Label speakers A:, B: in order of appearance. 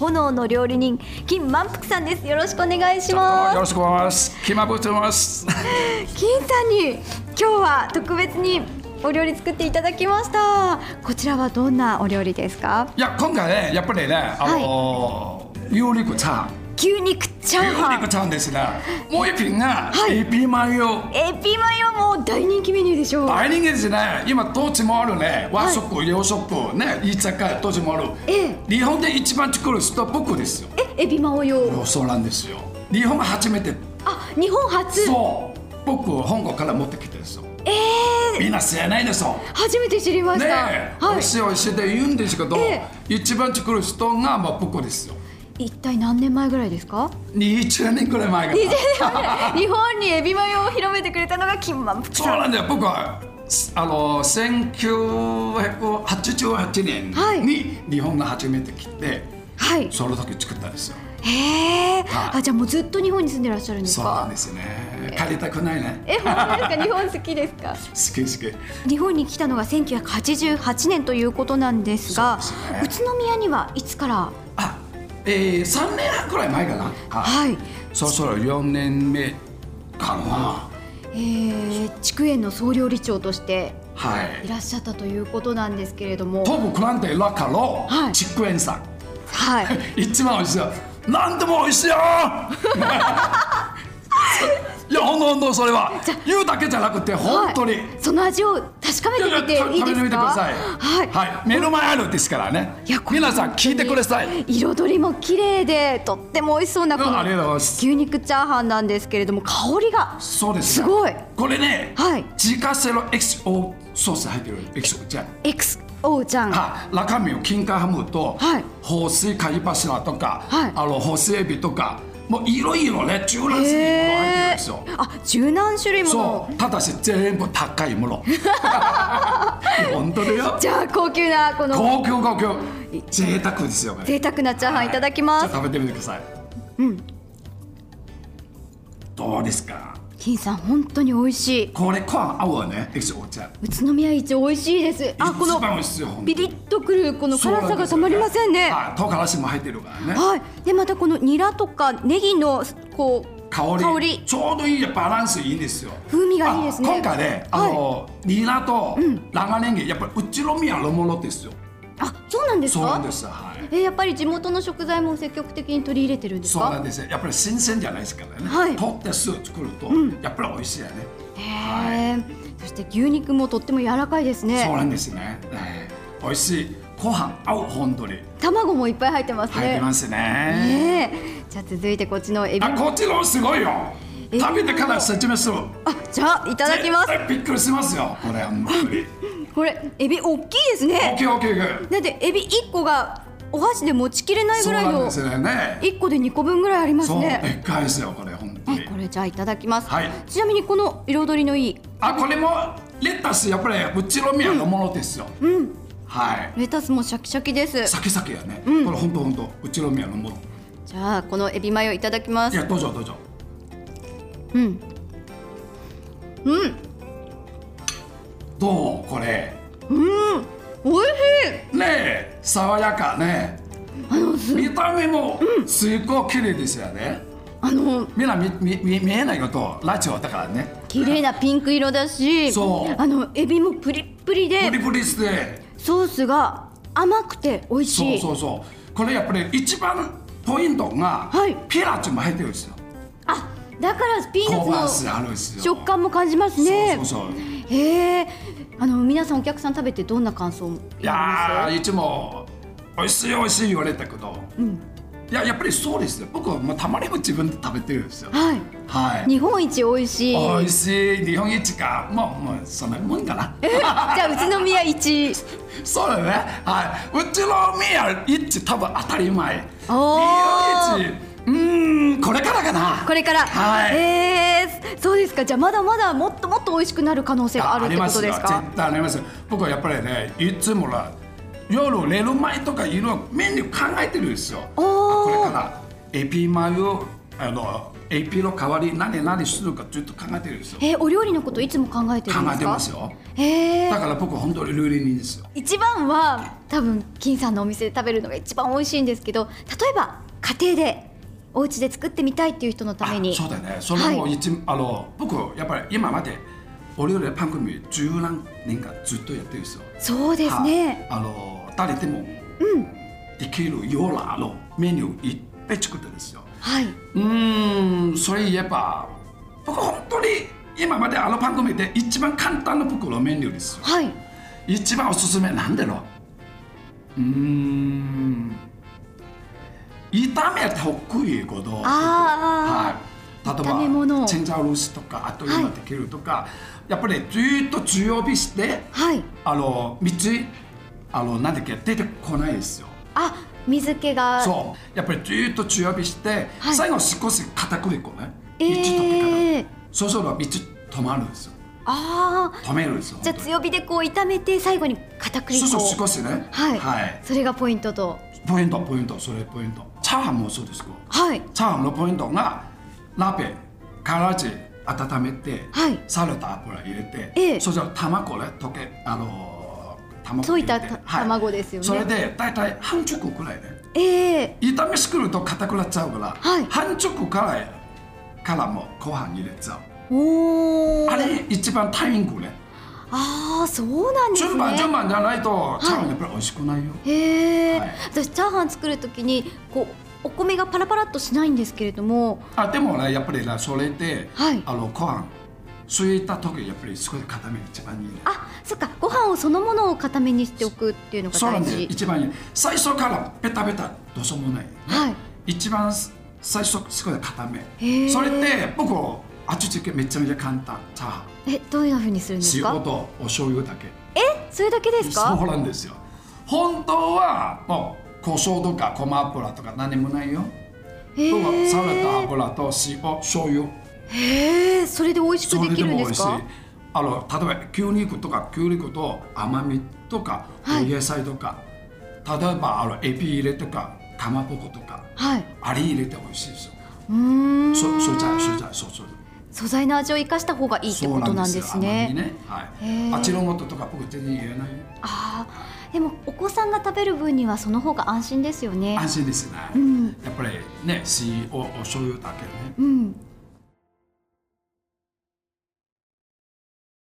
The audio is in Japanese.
A: 炎の料理人金満腹さんですよろしくお願いし
B: よ
A: ま
B: ろ
A: す
B: しくお願いします。キマブ とます。
A: 金さんに今日は特別にお料理作っていただきましたこちらはどんなお料理ですか
B: いや、今回ね、やっぱりね、あのー牛肉ちゃん。
A: 牛肉チャーハ
B: 牛肉
A: ン
B: ちゃんですね。もう一品が、
A: い
B: エビマヨ。
A: エビマヨも大人気メニューでしょう
B: 大人気ですね。今どっちもあるね。和食、洋食、ね、居酒屋どっちもある。
A: え
B: 日本で一番作る人は僕ですよ。
A: えエビマヨ
B: そうなんですよ。日本が初めて。
A: あ日本初
B: そう。僕香港から持ってきてるんですよ。
A: えー、
B: みんな知らないですよ。
A: 初めて知りまし
B: ね
A: た、は
B: え、おいしいおいしいって言うんですけど、
A: え
B: 一番作る人がまあ僕ですよ。
A: い一体何年前ぐらいですか
B: 20年くらい前から。
A: 20年前 日本にエビマヨを広めてくれたのが金満腹
B: そう
A: さん
B: なんだよ、僕は。あの1988年
A: はい
B: に日本が初めて来て、
A: はい
B: その時作ったんですよ
A: へえ、
B: はい
A: あじゃあもうずっと日本に住んでらっしゃるんです
B: そうな
A: か
B: んですね借りたくないね
A: え本当ですか日本好きですか
B: 好き好き
A: 日本に来たのが1988年ということなんですが
B: そうですね
A: 宇都宮にはいつから
B: あ、えー、3年半くらい前かな
A: はいい
B: そろそろ4年目かな
A: えー、筑園の総料理長として
B: はい
A: いらっしゃったということなんですけれども
B: 東部クランテラカロ、
A: はい
B: チックエンさ
A: はい
B: ん 一番美味しいよ何でも美味しいよ いやほんとほんとそれは言うだけじゃなくて本当に、
A: はいその味を確かめてみていいで
B: 食べて
A: す
B: みてくだ
A: か
B: さい。
A: はい、
B: はい、目の前あるですからね
A: いや。これ
B: 皆さん聞いてください。うん
A: 彩りも綺麗でとっても美味しそうなこ
B: ありがとうござい
A: の
B: ます。
A: 牛肉チャーハンなんですけれども香りが
B: そうです。
A: すごい。
B: これね、
A: はい
B: 自家製のエキスオソース入ってる。エキスオじゃん。
A: XO ちゃん
B: はい、中身を金華ハムと、
A: はい
B: 放水貝柱とか、
A: はい
B: あの放水エビとか、もういろいろね、中南種類も入ってるん
A: へ
B: ですよ。
A: ーあ十何種類
B: そ
A: も
B: う、ただし全部高い もの。本当だよ。
A: じゃあ高級なこの
B: 高級高級、贅沢ですよね。
A: 贅沢なチャーハンいただき
B: は
A: ま
B: い
A: す
B: じゃあ食べてみてください。
A: うん
B: どうですか。
A: 金さん本当に美味しい
B: これコア合うわね。エキスお茶。
A: 宇都宮一美味しいですあこの
B: 一番美味しいよ。
A: ピリッとくるこの辛さがたまりませんね
B: はい、唐辛子も入ってるからね。
A: はいでまたこのニラとかネギのこう
B: 香り
A: 香り
B: ちょうどいいよバランスいいんですよ。
A: 風味がいいですね
B: あ今回ね、あの、ニラと長ネギ、やっぱりうちの宮のものですよ。
A: あそうなんです
B: そう
A: か
B: なんです。はい。
A: えーやっぱり地元の食材も積極的に取り入れてるんです
B: そうな
A: か
B: んですよ。やっぱり新鮮じゃないですからね。
A: はい
B: 取ってすぐ作ると、やっぱり美味しいよね。
A: へーそして牛肉もとっても柔らかいです
B: そう
A: ね
B: なんですね。えー美味しい。ご飯合う本当に
A: 卵もいっぱい入ってます
B: 入っ
A: ね
B: てますね。
A: ねえじゃあ続いてこっちのエビあ
B: あこっちのすごいよ
A: え
B: 食べてから説明するい
A: じゃあいただきます
B: びっくりしますよこれあんまり
A: これエビ大きいですね
B: OKOK
A: だってエビ1個がお箸で持ちきれない
B: そ
A: ぐ
B: う
A: らい
B: なん
A: の
B: ですよね
A: 1個で2個分ぐらいあります
B: そうで
A: ね
B: っかいですよこれ本当
A: は
B: に
A: いこれじゃあいただきます、
B: はい
A: ちなみにこの彩りのいい
B: あこれもレタスやっぱりうちの宮のものですよ
A: うん
B: はい
A: レタスもシャキシャキです
B: サキサキやねこ
A: うん
B: れ本当本当うちの宮のもの
A: じゃあこのエビマヨいただきま
B: い
A: す
B: やどうぞどうぞ
A: うんうん
B: どうこれ
A: うん美味しい
B: ねえ爽やかね
A: あのす
B: 見た目もすごい綺麗ですよね
A: あの
B: みんな見見見見えないことラジオだからね
A: 綺麗なピンク色だし
B: そう
A: あのエビもプリップリで
B: プリプリして
A: ソースが甘くて美味し
B: そう
A: い
B: そうそうこれやっぱり一番ポイントが、
A: はい
B: ピーナッツも入ってるんですよ
A: あだからピー
B: 香
A: ナ
B: ば
A: ッ
B: し
A: ツ
B: い
A: の
B: あるんですよ
A: 食感も感じますね
B: そうそうそう
A: へえあの皆さんお客さん食べてどんな感想を
B: いやーいつも美味しい美味しい言われたけど、いややっぱりそうですよ僕はまあたまにも自分で食べてるんですよ
A: はい
B: はい
A: 日本一美味しい
B: 美味しい日本一かまあまあそんなもんかな
A: じゃあ宇都宮一
B: そうだねはいうちの宮一多分当たり前日
A: おー
B: 本一うーんこれからかな
A: これから、
B: はい
A: えーそうですかじゃあまだまだもっともっと美味しくなる可能性があるってことです
B: ありますよ
A: か
B: 絶対ありますよ僕はやっぱりねいつもら夜寝る前とかいろいろメニュー考えてるんですよあ
A: おー
B: これからエビマヨあのエ AP の代わり何何するかずっと考えてるんですよ。
A: えーお料理のこといつも考えてる
B: 考
A: んで
B: え
A: す
B: て
A: か
B: ますよ。
A: え
B: だ
A: ー、
B: から僕本当にルール人ですよ。
A: 一番は多分金さんのお店で食べるのが一番美味しいんですけど例えば家庭でお家で作ってみたいっていう人のために
B: あそうだね。それも一、あの僕やっぱり今までお料理番組十何年間ずっとやってるんですよ。
A: そうですね
B: はいあの誰でもできるようなあのメニューいっぱい作ってるんですよ。
A: はい、
B: うーん、それ言えば僕本当に今まであの番組で一番簡単な僕のメニューですよ。
A: はい、
B: 一番おすすめなんだろううーん炒め得意こと
A: あ
B: はい、例えば
A: 炒め物
B: チンジャオロースとかあと
A: は
B: 今
A: い
B: できるとか、やっぱりずっと強火して
A: はい
B: あの道あのなんだっけ出てこないですよ
A: あ水気が
B: そうやっぱりずっと強火して、
A: はい
B: 最後少し片栗粉ね
A: え
B: 道溶け
A: ー
B: たらそうすれば道止まるんですよ
A: ああ
B: 止めるんですよ
A: じゃあ
B: 本当に
A: 強火でこう炒めて最後に片栗粉を
B: そうそう少しね
A: はい、
B: はい
A: それがポイントと
B: ポイントポイントそれポイントチャーハンもそうですけど
A: はい
B: チャーハンのポイントが鍋からじ温めて、
A: はい
B: サルダ油入れて、
A: ええ
B: そしたら卵ね溶けあのー卵
A: 溶いた
B: 入れて
A: た卵ですよね
B: それで大体半熟くらいね
A: ええ
B: 炒め作ると硬くなっちゃうから、
A: はい
B: 半熟からからもご飯入れちゃう
A: おお
B: あれ一番タイミングね
A: あーそうなんですね
B: 順番順番じゃないと
A: い
B: チャーハンやっぱり美味しくないよ、
A: へえ、
B: はい
A: 私チャーハン作るときにこうお米がパラパラっとしないんですけれども
B: あでもねやっぱりねそれで、
A: はい
B: あのご飯すいた時やっぱりすごい固め一番いいね
A: あそっかご飯をそのものを固めにしておくっていうのが
B: そうな
A: 大
B: んです
A: 事
B: 一番いい最初からベタベタどうしようもない、ね
A: はい
B: 一番最初すごい固
A: へ
B: め
A: ー
B: それで僕味付けめちゃめちゃ簡単チャーハン
A: えどういうふうにするんです
B: 塩
A: か
B: とお醤油だけ
A: えそれだけです
B: そう
A: か
B: なんですよ本当はもう胡椒とかごま油とか何もないよ、
A: へ
B: 僕は
A: え
B: サラダ油と塩醤油
A: へえそれで美味し
B: そ
A: く
B: れ
A: できるんです
B: も
A: か
B: 美味しいあの例えば牛肉とか牛肉と甘みとか、
A: はい
B: 野菜とか例えばあのエビ入れとかかまぼことか
A: はい
B: あれ入れて美味しいですよ。
A: うーん
B: そそじゃそじゃそうそう。
A: 素材の味を生かした方がいいってことなんですね
B: そうなんですよ甘み
A: へ
B: ね
A: ー
B: はい。あちのこととか僕全然言えないよ。
A: ああでもお子さんが食べる分にはその方が安心ですよね
B: 安心ですね。
A: うん
B: やっぱりね、塩おお醤油だけね。
A: うん